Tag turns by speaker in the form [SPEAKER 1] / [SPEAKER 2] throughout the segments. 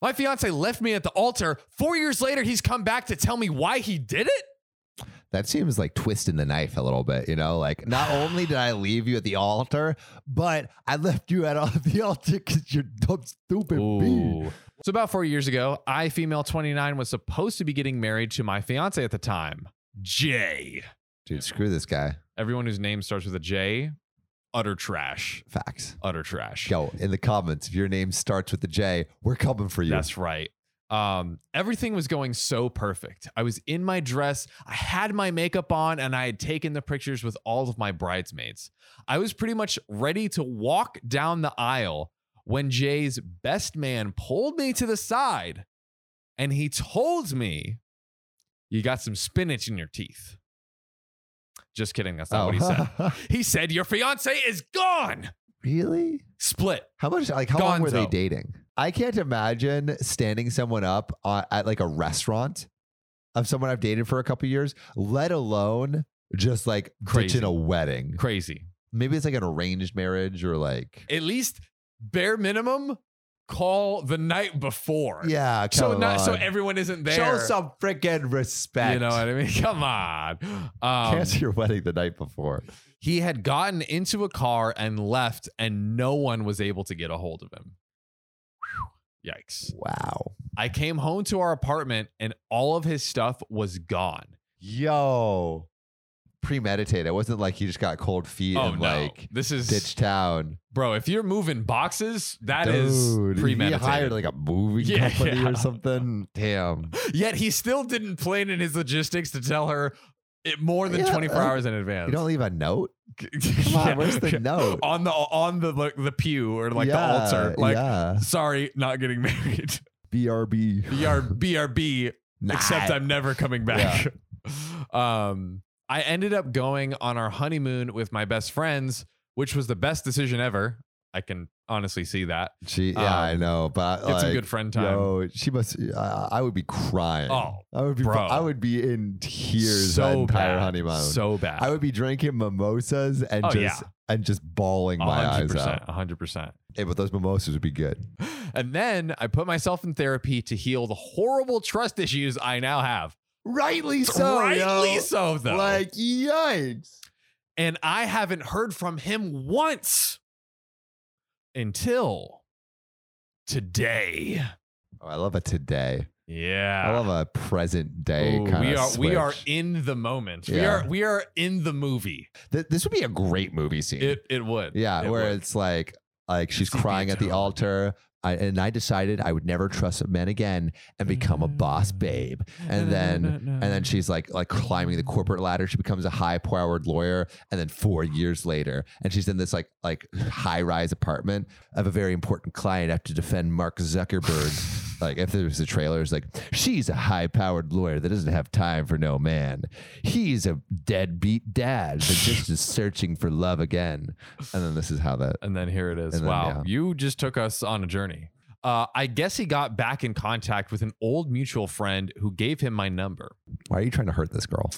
[SPEAKER 1] My fiance left me at the altar. Four years later, he's come back to tell me why he did it.
[SPEAKER 2] That seems like twisting the knife a little bit, you know? Like, not only did I leave you at the altar, but I left you at all- the altar because you're dumb, stupid bee.
[SPEAKER 1] So about four years ago, I, female 29, was supposed to be getting married to my fiance at the time, Jay.
[SPEAKER 2] Dude, screw this guy.
[SPEAKER 1] Everyone whose name starts with a J, utter trash.
[SPEAKER 2] Facts.
[SPEAKER 1] Utter trash.
[SPEAKER 2] Yo, in the comments, if your name starts with a J, we're coming for you.
[SPEAKER 1] That's right. Um, everything was going so perfect. I was in my dress, I had my makeup on, and I had taken the pictures with all of my bridesmaids. I was pretty much ready to walk down the aisle when Jay's best man pulled me to the side and he told me, You got some spinach in your teeth. Just kidding. That's not what he
[SPEAKER 2] Oh.
[SPEAKER 1] said. He said, Your fiance is gone.
[SPEAKER 2] really?
[SPEAKER 1] Split.
[SPEAKER 2] How much? Like, how long were they
[SPEAKER 1] Gonzo.
[SPEAKER 2] dating? I can't imagine standing someone up on, at like a restaurant of someone I've dated for a couple years, let alone just like
[SPEAKER 1] Crazy.
[SPEAKER 2] ditching a wedding.
[SPEAKER 1] Crazy.
[SPEAKER 2] Maybe it's like an arranged marriage or like
[SPEAKER 1] at least bare minimum call the night before.
[SPEAKER 2] yeah.
[SPEAKER 1] So
[SPEAKER 2] come
[SPEAKER 1] not so
[SPEAKER 2] on.
[SPEAKER 1] everyone isn't there.
[SPEAKER 2] show some freaking respect.
[SPEAKER 1] You know what I mean? Come on. Um,
[SPEAKER 2] Cancel your wedding the night before.
[SPEAKER 1] he had gotten into a car and left, and no one was able to get a hold of him. Whew. Yikes.
[SPEAKER 2] Wow.
[SPEAKER 1] I came home to our apartment and all of his stuff was gone.
[SPEAKER 2] Yo. Premeditated. It wasn't like he just got cold feet
[SPEAKER 1] oh,
[SPEAKER 2] and
[SPEAKER 1] no.
[SPEAKER 2] like
[SPEAKER 1] this is,
[SPEAKER 2] ditched town.
[SPEAKER 1] bro, if you're moving boxes, that is
[SPEAKER 2] Dude,
[SPEAKER 1] premeditated.
[SPEAKER 2] He hired like a movie
[SPEAKER 1] Yeah,
[SPEAKER 2] company
[SPEAKER 1] yeah.
[SPEAKER 2] or something. Damn.
[SPEAKER 1] Yet he still didn't plan in his logistics to tell her it more than
[SPEAKER 2] Yeah,
[SPEAKER 1] 24
[SPEAKER 2] uh,
[SPEAKER 1] hours in advance.
[SPEAKER 2] You don't leave a note?
[SPEAKER 1] Come
[SPEAKER 2] on, where's the note?
[SPEAKER 1] On the on the like, the pew or like
[SPEAKER 2] Yeah,
[SPEAKER 1] the altar. Like
[SPEAKER 2] yeah.
[SPEAKER 1] sorry, not getting married.
[SPEAKER 2] BRB.
[SPEAKER 1] BR, BRB,
[SPEAKER 2] Nah.
[SPEAKER 1] except I'm never coming back. Um I ended up going on our honeymoon with my best friends, which was the best decision ever. I can honestly see that.
[SPEAKER 2] Gee, yeah, I
[SPEAKER 1] um,
[SPEAKER 2] know. But
[SPEAKER 1] Get
[SPEAKER 2] like,
[SPEAKER 1] some good friend time.
[SPEAKER 2] Yo, she must. I I would be crying.
[SPEAKER 1] Oh,
[SPEAKER 2] I would be.
[SPEAKER 1] bro.
[SPEAKER 2] I would be in tears. that
[SPEAKER 1] so
[SPEAKER 2] entire
[SPEAKER 1] bad.
[SPEAKER 2] honeymoon.
[SPEAKER 1] So bad.
[SPEAKER 2] I would be drinking mimosas and
[SPEAKER 1] Oh,
[SPEAKER 2] just and just bawling my eyes
[SPEAKER 1] 100%.
[SPEAKER 2] out.
[SPEAKER 1] 100%.
[SPEAKER 2] Hey, but those mimosas would be good.
[SPEAKER 1] And then I put myself in therapy to heal the horrible trust issues I now have.
[SPEAKER 2] Rightly so.
[SPEAKER 1] Rightly
[SPEAKER 2] yo.
[SPEAKER 1] so, though.
[SPEAKER 2] Like yikes.
[SPEAKER 1] and I haven't heard from him once until today.
[SPEAKER 2] Oh, I love it today.
[SPEAKER 1] Yeah.
[SPEAKER 2] I love a present day
[SPEAKER 1] Ah. Ooh,
[SPEAKER 2] kind
[SPEAKER 1] we
[SPEAKER 2] of
[SPEAKER 1] are we are
[SPEAKER 2] switch.
[SPEAKER 1] in the moment. We
[SPEAKER 2] Yeah.
[SPEAKER 1] are we are in the movie.
[SPEAKER 2] Th- this would be a great movie scene.
[SPEAKER 1] It it would.
[SPEAKER 2] yeah,
[SPEAKER 1] It
[SPEAKER 2] where
[SPEAKER 1] would.
[SPEAKER 2] it's like like she's
[SPEAKER 1] It's gonna be
[SPEAKER 2] crying at the
[SPEAKER 1] terrible.
[SPEAKER 2] altar. I, and I decided I would never trust men again and become a boss
[SPEAKER 1] Mm-hmm.
[SPEAKER 2] babe. And then and then she's like like climbing the corporate ladder. She becomes a high powered lawyer. And then four years later, and she's in this like like high rise apartment of a very important client. I have to defend Mark Zuckerberg. like if there was a trailer, it's like she's a high powered lawyer that doesn't have time for no man. He's a deadbeat dad that just is searching for love again. And then this is how that
[SPEAKER 1] And then here it is.
[SPEAKER 2] And then,
[SPEAKER 1] wow.
[SPEAKER 2] yeah.
[SPEAKER 1] You just took us on a journey. Uh, I guess he got back in contact with an old mutual friend who gave him my number.
[SPEAKER 2] why are you trying to hurt this girl?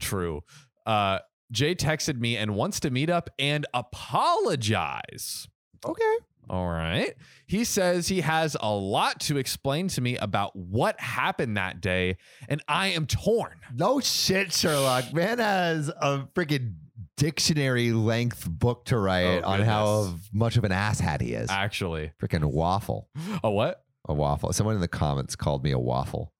[SPEAKER 1] True. Uh, Jay texted me and wants to meet up and apologize.
[SPEAKER 2] Okay.
[SPEAKER 1] All right. He says he has a lot to explain to me about what happened that day, and I am torn.
[SPEAKER 2] No shit, Sherlock. Man has a freaking dictionary length book to write
[SPEAKER 1] Oh,
[SPEAKER 2] on how
[SPEAKER 1] goodness.
[SPEAKER 2] much of an asshat he is.
[SPEAKER 1] Actually,
[SPEAKER 2] freaking waffle.
[SPEAKER 1] a what?
[SPEAKER 2] A waffle. Someone in the comments called me a waffle.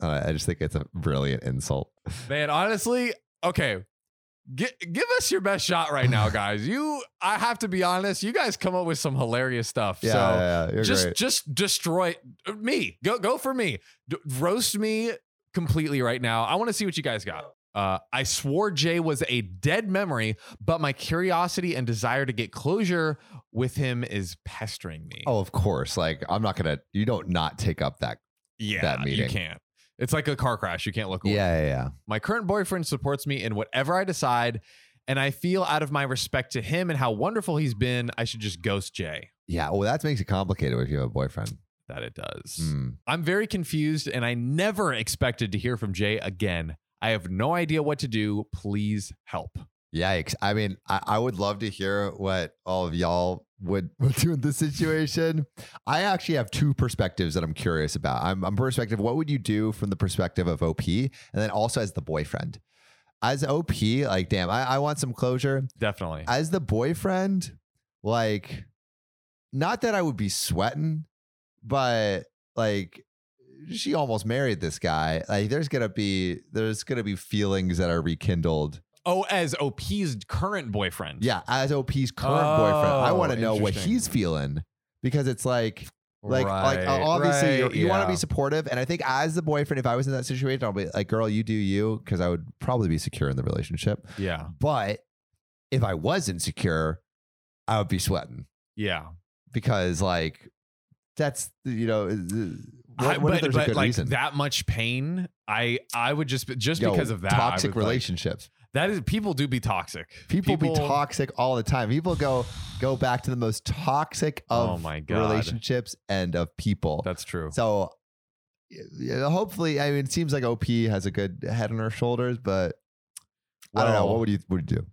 [SPEAKER 2] Uh, I just think it's a brilliant insult.
[SPEAKER 1] Man, honestly, okay. Gi- give us your best shot right now, guys. You, I have to be honest. You guys come up with some hilarious stuff.
[SPEAKER 2] Yeah,
[SPEAKER 1] so
[SPEAKER 2] yeah, yeah, you're
[SPEAKER 1] just
[SPEAKER 2] great.
[SPEAKER 1] just destroy uh, me. Go go for me. D- roast me completely right now. I want to see what you guys got. Uh, I swore Jay was a dead memory, but my curiosity and desire to get closure with him is pestering me.
[SPEAKER 2] Oh, of course. Like I'm not gonna. You don't not take up that.
[SPEAKER 1] yeah,
[SPEAKER 2] that
[SPEAKER 1] you
[SPEAKER 2] meeting.
[SPEAKER 1] can't. It's like a car crash. You can't look away.
[SPEAKER 2] Yeah, yeah, yeah.
[SPEAKER 1] My current boyfriend supports me in whatever I decide, and I feel out of my respect to him and how wonderful he's been, I should just ghost Jay.
[SPEAKER 2] Yeah. Well, that makes it complicated if you have a boyfriend.
[SPEAKER 1] That it does.
[SPEAKER 2] Mm.
[SPEAKER 1] I'm very confused and I never expected to hear from Jay again. I have no idea what to do. Please help.
[SPEAKER 2] Yikes. I mean, I, I would love to hear what all of y'all would, would do in this situation. I actually have two perspectives that I'm curious about. I'm, I'm perspective, what would you do from the perspective of OP? And then also as the boyfriend. As OP, like, damn, I, I want some closure.
[SPEAKER 1] Definitely.
[SPEAKER 2] As the boyfriend, like, not that I would be sweating, but like, she almost married this guy. Like, there's gonna be there's gonna be feelings that are rekindled
[SPEAKER 1] oh, as OP's current boyfriend.
[SPEAKER 2] Yeah, as OP's current boyfriend, I
[SPEAKER 1] Oh,
[SPEAKER 2] want to know what
[SPEAKER 1] interesting.
[SPEAKER 2] he's feeling because it's like, like, like
[SPEAKER 1] Right,
[SPEAKER 2] uh, obviously
[SPEAKER 1] right,
[SPEAKER 2] you're- you want to
[SPEAKER 1] yeah.
[SPEAKER 2] be supportive, and I think as the boyfriend, if I was in that situation, I'll be like, "Girl, you do you," because I would probably be secure in the relationship.
[SPEAKER 1] Yeah.
[SPEAKER 2] But if I was insecure, I would be sweating
[SPEAKER 1] Yeah.
[SPEAKER 2] because, like, that's you know, uh, what,
[SPEAKER 1] I-
[SPEAKER 2] what if there's a good
[SPEAKER 1] like
[SPEAKER 2] reason?
[SPEAKER 1] that much pain, I I would just just
[SPEAKER 2] Yo,
[SPEAKER 1] because of that I
[SPEAKER 2] toxic
[SPEAKER 1] would, like-
[SPEAKER 2] relationships.
[SPEAKER 1] that is people do be toxic.
[SPEAKER 2] People, be toxic all the time. People go go back to the most toxic of
[SPEAKER 1] Oh my God.
[SPEAKER 2] relationships and of people.
[SPEAKER 1] That's true.
[SPEAKER 2] So y- yeah, hopefully, I mean, it seems like OP has a good head on her shoulders, but I don't know.
[SPEAKER 1] Well,
[SPEAKER 2] What would you would you do?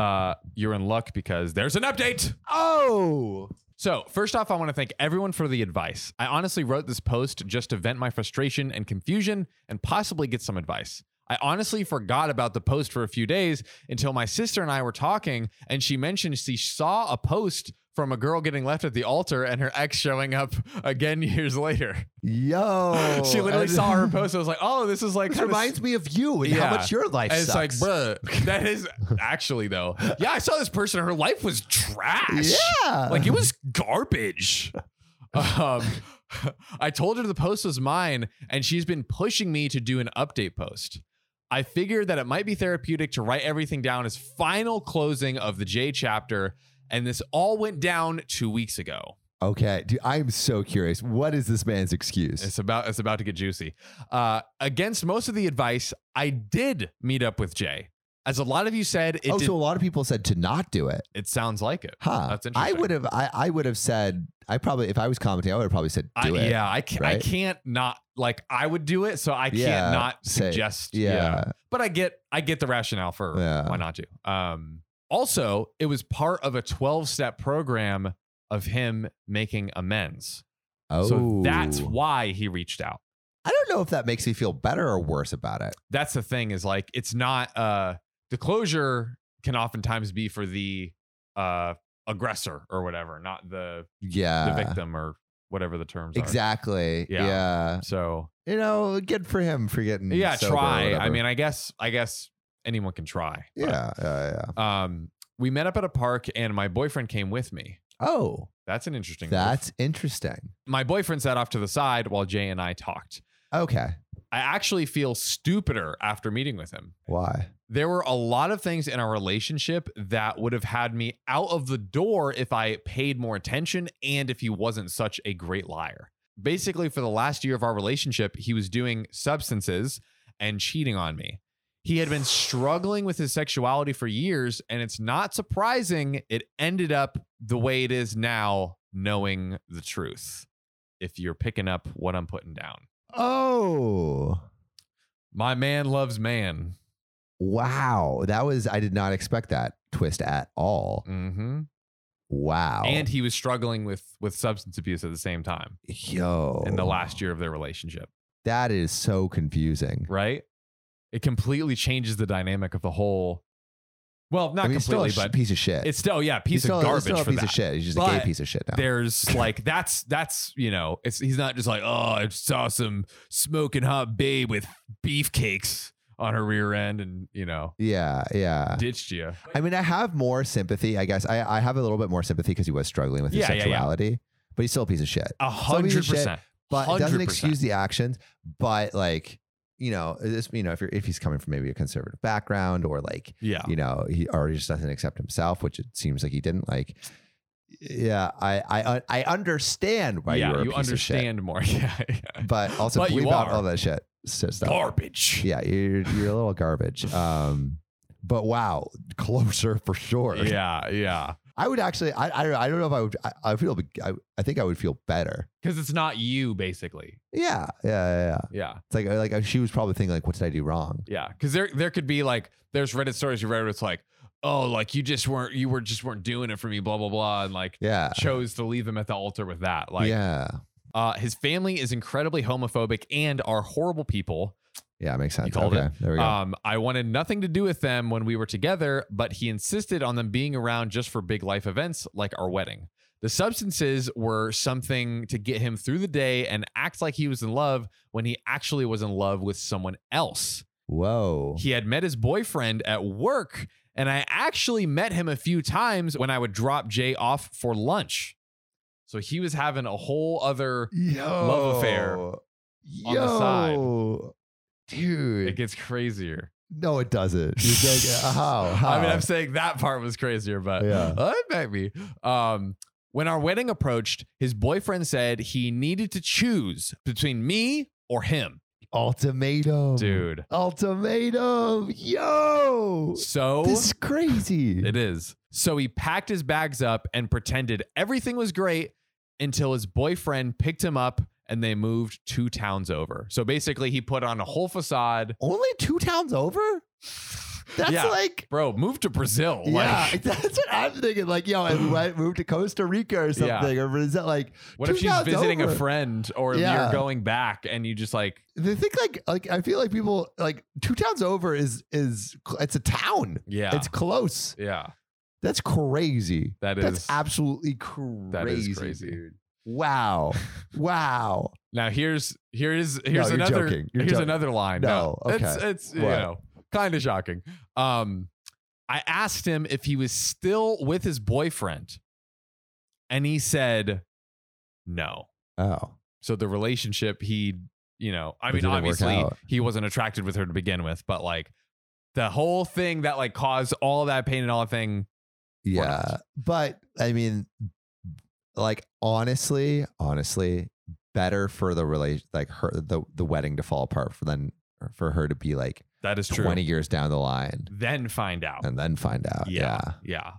[SPEAKER 1] uh, you're in luck because there's an update.
[SPEAKER 2] Oh,
[SPEAKER 1] So, first off, I want to thank everyone for the advice. I honestly wrote this post just to vent my frustration and confusion and possibly get some advice. I honestly forgot about the post for a few days until my sister and I were talking, and she mentioned she saw a post from a girl getting left at the altar and her ex showing up again years later.
[SPEAKER 2] yo!
[SPEAKER 1] she literally
[SPEAKER 2] And-
[SPEAKER 1] saw her post. I was like, oh, this is like
[SPEAKER 2] Oh, This
[SPEAKER 1] kinda
[SPEAKER 2] reminds me of you and how
[SPEAKER 1] Yeah.
[SPEAKER 2] much your life
[SPEAKER 1] and it's like,
[SPEAKER 2] sucks.
[SPEAKER 1] bruh, that is actually though. Yeah, I saw this person. Her life was trash.
[SPEAKER 2] yeah,
[SPEAKER 1] Like it was garbage. Um, I told her the post was mine, and she's been pushing me to do an update post. I figured that it might be therapeutic to write everything down as final closing of the J chapter, and this all went down two weeks ago.
[SPEAKER 2] okay, dude. I'm so curious. What is this man's excuse?
[SPEAKER 1] It's about it's about to get juicy. Uh, against most of the advice, I did meet up with Jay. As a lot of you said, it
[SPEAKER 2] oh,
[SPEAKER 1] did,
[SPEAKER 2] so a lot of people said to not do it.
[SPEAKER 1] it sounds like it.
[SPEAKER 2] Huh.
[SPEAKER 1] That's
[SPEAKER 2] I
[SPEAKER 1] interesting.
[SPEAKER 2] would have I, I would have said I probably if I was commenting, I would have probably said
[SPEAKER 1] I,
[SPEAKER 2] do it.
[SPEAKER 1] yeah, I can't. I
[SPEAKER 2] right?
[SPEAKER 1] can't not like I would do it, so I
[SPEAKER 2] Yeah,
[SPEAKER 1] can't not
[SPEAKER 2] say-
[SPEAKER 1] suggest.
[SPEAKER 2] Yeah.
[SPEAKER 1] but I get I get the rationale for
[SPEAKER 2] Yeah.
[SPEAKER 1] why not to. Um, also, it was part of a twelve step program of him making amends.
[SPEAKER 2] Oh.
[SPEAKER 1] So that's why he reached out.
[SPEAKER 2] I don't know if that makes me feel better or worse about it.
[SPEAKER 1] that's the thing is like it's not uh the closure can oftentimes be for the uh aggressor or whatever not the the
[SPEAKER 2] Yeah.
[SPEAKER 1] victim or whatever the terms
[SPEAKER 2] Exactly. Yeah.
[SPEAKER 1] Yeah. are so
[SPEAKER 2] You know, good for him for getting
[SPEAKER 1] yeah
[SPEAKER 2] sober or
[SPEAKER 1] try i
[SPEAKER 2] whatever.
[SPEAKER 1] mean i guess i guess anyone can try but,
[SPEAKER 2] Yeah, yeah, yeah.
[SPEAKER 1] um we met up at a park and my boyfriend came with me
[SPEAKER 2] Oh,
[SPEAKER 1] that's an interesting move.
[SPEAKER 2] that's interesting.
[SPEAKER 1] my boyfriend sat off to the side while jay and i talked
[SPEAKER 2] Okay.
[SPEAKER 1] i actually feel stupider after meeting with him
[SPEAKER 2] Why?
[SPEAKER 1] there were a lot of things in our relationship that would have had me out of the door if I paid more attention and if he wasn't such a great liar. Basically, for the last year of our relationship, he was doing substances and cheating on me. He had been struggling with his sexuality for years, and it's not surprising it ended up the way it is now, knowing the truth. If you're picking up what I'm putting down,
[SPEAKER 2] Oh.
[SPEAKER 1] my man loves man.
[SPEAKER 2] Wow. That was I did not expect that twist at all.
[SPEAKER 1] hmm.
[SPEAKER 2] Wow.
[SPEAKER 1] and he was struggling with with substance abuse at the same time
[SPEAKER 2] yo.
[SPEAKER 1] in the
[SPEAKER 2] Oh.
[SPEAKER 1] last year of their relationship
[SPEAKER 2] That is so confusing.
[SPEAKER 1] right it completely changes the dynamic of the whole well not
[SPEAKER 2] I mean, he's
[SPEAKER 1] completely
[SPEAKER 2] still a sh-
[SPEAKER 1] but
[SPEAKER 2] piece of shit.
[SPEAKER 1] it's still yeah
[SPEAKER 2] He's
[SPEAKER 1] piece
[SPEAKER 2] still-
[SPEAKER 1] of
[SPEAKER 2] he's
[SPEAKER 1] garbage
[SPEAKER 2] Still a
[SPEAKER 1] for
[SPEAKER 2] piece
[SPEAKER 1] that
[SPEAKER 2] of shit. He's just a gay
[SPEAKER 1] But
[SPEAKER 2] piece of shit now.
[SPEAKER 1] there's like that's that's you know it's he's not just like oh i saw some smoking hot babe with beefcakes on her rear end and you know
[SPEAKER 2] Yeah, yeah.
[SPEAKER 1] ditched you
[SPEAKER 2] I mean, I have more sympathy. I guess I, I have a little bit more sympathy because he was struggling with his
[SPEAKER 1] Yeah, yeah, yeah.
[SPEAKER 2] sexuality, but he's still a piece of shit.
[SPEAKER 1] a
[SPEAKER 2] piece
[SPEAKER 1] hundred
[SPEAKER 2] of shit,
[SPEAKER 1] percent
[SPEAKER 2] But it doesn't
[SPEAKER 1] 100%.
[SPEAKER 2] excuse the actions. But like, you know, this, you know, if you're if he's coming from maybe a conservative background or like,
[SPEAKER 1] yeah
[SPEAKER 2] you know, he already just doesn't accept himself, which it seems like he didn't. Like, yeah, I I I understand why you
[SPEAKER 1] yeah
[SPEAKER 2] were a
[SPEAKER 1] you
[SPEAKER 2] piece of shit,
[SPEAKER 1] understand more yeah, yeah.
[SPEAKER 2] but also
[SPEAKER 1] But you
[SPEAKER 2] bleep out
[SPEAKER 1] are.
[SPEAKER 2] all that shit s- stuff.
[SPEAKER 1] garbage
[SPEAKER 2] Yeah, you're you're a little garbage. Um, but wow, closer for sure.
[SPEAKER 1] yeah yeah
[SPEAKER 2] I would actually. I I don't, I don't know if I would. I, I feel. I, I think I would feel better.
[SPEAKER 1] because it's not you basically
[SPEAKER 2] Yeah, yeah, yeah. yeah.
[SPEAKER 1] yeah
[SPEAKER 2] It's like like she was probably thinking like, what did I do wrong?
[SPEAKER 1] yeah because there there could be like there's reddit stories you read where it's like oh, like you just weren't you were just weren't doing it for me, blah blah blah, and like
[SPEAKER 2] Yeah.
[SPEAKER 1] chose to leave them at the altar with that. Like,
[SPEAKER 2] yeah.
[SPEAKER 1] uh, his family is incredibly homophobic and are horrible people.
[SPEAKER 2] Yeah, makes sense.
[SPEAKER 1] called
[SPEAKER 2] okay, there we go.
[SPEAKER 1] Um, I wanted nothing to do with them when we were together, but he insisted on them being around just for big life events like our wedding. The substances were something to get him through the day and act like he was in love when he actually was in love with someone else.
[SPEAKER 2] Whoa.
[SPEAKER 1] He had met his boyfriend at work, and I actually met him a few times when I would drop Jay off for lunch. So he was having a whole other.
[SPEAKER 2] Yo.
[SPEAKER 1] Love affair on the side.
[SPEAKER 2] Yo.
[SPEAKER 1] It
[SPEAKER 2] Dude.
[SPEAKER 1] gets crazier.
[SPEAKER 2] no, it doesn't. It's like, uh, how? How?
[SPEAKER 1] I mean, I'm saying that part was crazier, but
[SPEAKER 2] Yeah.
[SPEAKER 1] uh, it might be. Um, when our wedding approached, his boyfriend said he needed to choose between me or him,
[SPEAKER 2] ultimatum.
[SPEAKER 1] dude.
[SPEAKER 2] Ultimatum. Yo.
[SPEAKER 1] So
[SPEAKER 2] This is crazy.
[SPEAKER 1] it is. So he packed his bags up and pretended everything was great until his boyfriend picked him up and they moved two towns over. So basically, he put on a whole facade.
[SPEAKER 2] Only two towns over? That's
[SPEAKER 1] Yeah.
[SPEAKER 2] like.
[SPEAKER 1] Bro, move to Brazil.
[SPEAKER 2] Yeah,
[SPEAKER 1] Like,
[SPEAKER 2] that's what I'm thinking. Like, yo, I might move to Costa Rica or
[SPEAKER 1] Yeah.
[SPEAKER 2] something. Or is that like
[SPEAKER 1] what
[SPEAKER 2] two
[SPEAKER 1] if she's
[SPEAKER 2] towns
[SPEAKER 1] visiting
[SPEAKER 2] over?
[SPEAKER 1] a friend or if
[SPEAKER 2] Yeah.
[SPEAKER 1] you're going back and you just like,
[SPEAKER 2] They think like like I feel like people like two towns over is is it's a town.
[SPEAKER 1] yeah.
[SPEAKER 2] It's close.
[SPEAKER 1] yeah.
[SPEAKER 2] That's crazy.
[SPEAKER 1] That is
[SPEAKER 2] That's absolutely crazy.
[SPEAKER 1] that is crazy.
[SPEAKER 2] dude. Wow. wow.
[SPEAKER 1] Now here's here is here's
[SPEAKER 2] you're
[SPEAKER 1] another
[SPEAKER 2] joking. You're
[SPEAKER 1] here's
[SPEAKER 2] joking.
[SPEAKER 1] another line.
[SPEAKER 2] No,
[SPEAKER 1] it's
[SPEAKER 2] okay.
[SPEAKER 1] it's you
[SPEAKER 2] What?
[SPEAKER 1] know kind of shocking. Um, I asked him if he was still with his boyfriend, and he said no.
[SPEAKER 2] Oh.
[SPEAKER 1] So the relationship he you know I
[SPEAKER 2] It
[SPEAKER 1] mean
[SPEAKER 2] didn't work
[SPEAKER 1] obviously
[SPEAKER 2] out.
[SPEAKER 1] he wasn't attracted with her to begin with, but like the whole thing that like caused all that pain and all that thing.
[SPEAKER 2] Yeah. But I mean like honestly, honestly, better for the relation like her the, the wedding to fall apart for than for her to be like
[SPEAKER 1] That is true.
[SPEAKER 2] 20 years down the line
[SPEAKER 1] Then find out.
[SPEAKER 2] and then find out.
[SPEAKER 1] Yeah.
[SPEAKER 2] Uh, Yeah.
[SPEAKER 1] Yeah.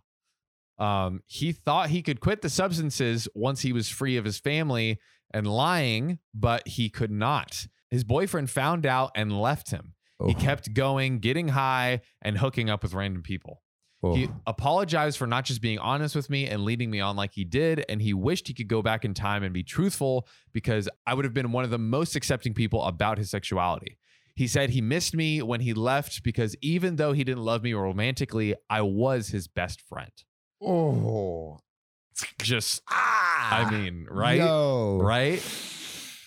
[SPEAKER 1] Um, he thought he could quit the substances once he was free of his family and lying, but he could not. His boyfriend found out and left him. He
[SPEAKER 2] Oh,
[SPEAKER 1] kept going, getting high, and hooking up with random people.
[SPEAKER 2] oh.
[SPEAKER 1] He apologized for not just being honest with me and leading me on like he did. And he wished he could go back in time and be truthful because I would have been one of the most accepting people about his sexuality. He said he missed me when he left because even though he didn't love me romantically, I was his best friend.
[SPEAKER 2] oh.
[SPEAKER 1] Just,
[SPEAKER 2] Ah,
[SPEAKER 1] I mean, right?
[SPEAKER 2] Yo.
[SPEAKER 1] Right?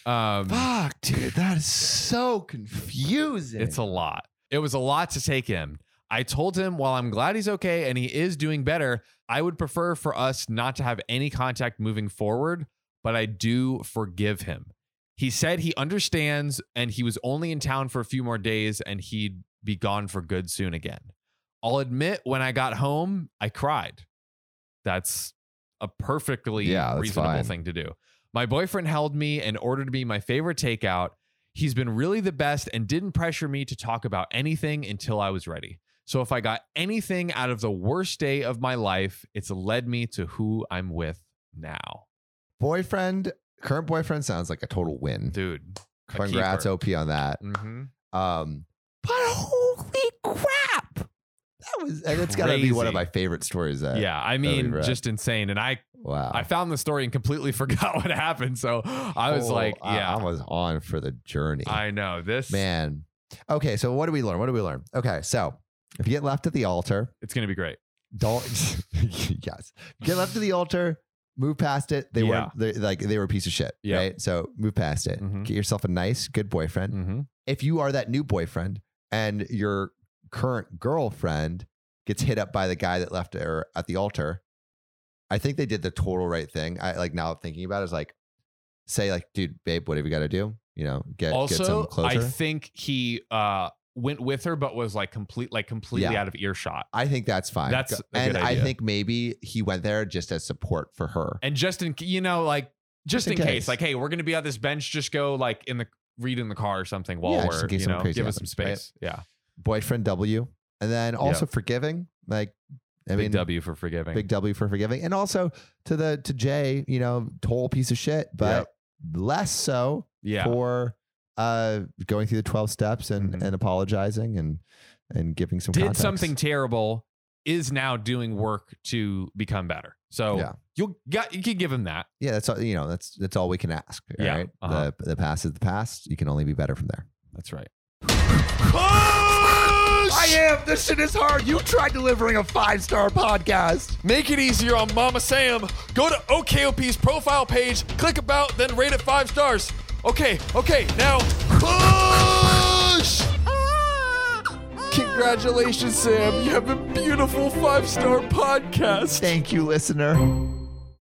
[SPEAKER 1] Um,
[SPEAKER 2] Fuck, dude, that is so confusing.
[SPEAKER 1] It's a lot. It was a lot to take in. I told him while I'm glad he's okay and he is doing better, I would prefer for us not to have any contact moving forward, but I do forgive him. He said he understands and he was only in town for a few more days and he'd be gone for good soon again. I'll admit when I got home, I cried. That's a perfectly
[SPEAKER 2] Yeah, that's
[SPEAKER 1] reasonable
[SPEAKER 2] fine.
[SPEAKER 1] thing to do. My boyfriend held me and ordered me my favorite takeout. He's been really the best and didn't pressure me to talk about anything until I was ready. So if I got anything out of the worst day of my life, it's led me to who I'm with now.
[SPEAKER 2] boyfriend, current boyfriend sounds like a total win.
[SPEAKER 1] Dude. a
[SPEAKER 2] Congrats,
[SPEAKER 1] keeper.
[SPEAKER 2] OP, on that.
[SPEAKER 1] Mm-hmm.
[SPEAKER 2] Um, but holy crap, that was and it's got to be one of my
[SPEAKER 1] Crazy.
[SPEAKER 2] favorite stories. That Oh.
[SPEAKER 1] yeah, I
[SPEAKER 2] that'd be
[SPEAKER 1] mean,
[SPEAKER 2] rad.
[SPEAKER 1] just insane. And I
[SPEAKER 2] wow.
[SPEAKER 1] I found the story and completely forgot what happened. So I was
[SPEAKER 2] Oh,
[SPEAKER 1] like, yeah,
[SPEAKER 2] I, I was on for the journey,
[SPEAKER 1] I know this
[SPEAKER 2] man. Okay, so what do we learn? What do we learn? Okay, so if you get left at the altar,
[SPEAKER 1] It's gonna be great.
[SPEAKER 2] don't yes get left to the altar move past it they
[SPEAKER 1] Yeah.
[SPEAKER 2] were they like they were a piece of shit
[SPEAKER 1] Yeah.
[SPEAKER 2] right so move past it
[SPEAKER 1] Mhm.
[SPEAKER 2] get yourself a nice good boyfriend
[SPEAKER 1] Mm-hmm.
[SPEAKER 2] if you are that new boyfriend and your current girlfriend gets hit up by the guy that left her at the altar i think they did the total right thing i like now thinking about it is like say like dude babe what have you got to do you know get get some
[SPEAKER 1] Also, I
[SPEAKER 2] closure
[SPEAKER 1] think he uh went with her, but was like complete, like completely
[SPEAKER 2] Yeah.
[SPEAKER 1] out of earshot.
[SPEAKER 2] I think that's fine.
[SPEAKER 1] That's a good
[SPEAKER 2] and I
[SPEAKER 1] idea.
[SPEAKER 2] think maybe he went there just as support for her.
[SPEAKER 1] And just in, you know, like just, in, case. like, hey, we're gonna be on this bench. Just go like in the read in the car or something while
[SPEAKER 2] Yeah, just in
[SPEAKER 1] we're
[SPEAKER 2] case
[SPEAKER 1] you
[SPEAKER 2] something
[SPEAKER 1] know
[SPEAKER 2] crazy
[SPEAKER 1] give us some
[SPEAKER 2] happens, right?
[SPEAKER 1] space. Yeah,
[SPEAKER 2] boyfriend W, and then also forgiving. Like, I
[SPEAKER 1] big
[SPEAKER 2] mean,
[SPEAKER 1] W for forgiving.
[SPEAKER 2] big W for forgiving, and also to the to Jay, you know, total piece of shit, but less so
[SPEAKER 1] yeah,
[SPEAKER 2] for uh going through the twelve steps and
[SPEAKER 1] Mhm.
[SPEAKER 2] and apologizing and and giving some
[SPEAKER 1] did
[SPEAKER 2] context.
[SPEAKER 1] something terrible is now doing work to become better. So
[SPEAKER 2] Yeah.
[SPEAKER 1] you'll got you can give him that.
[SPEAKER 2] Yeah, that's all you know. That's that's all we can ask. All
[SPEAKER 1] Yeah,
[SPEAKER 2] right.
[SPEAKER 1] uh-huh.
[SPEAKER 2] The the past is the past. You can only be better from there.
[SPEAKER 1] That's right.
[SPEAKER 2] I am. This shit is hard. You tried delivering a five star podcast.
[SPEAKER 1] Make it easier on Mama Sam. Go to OKOP's profile page, click about, then rate it five stars. Okay, okay, now push! Congratulations, Sam. You have a beautiful five star podcast.
[SPEAKER 2] Thank you, listener.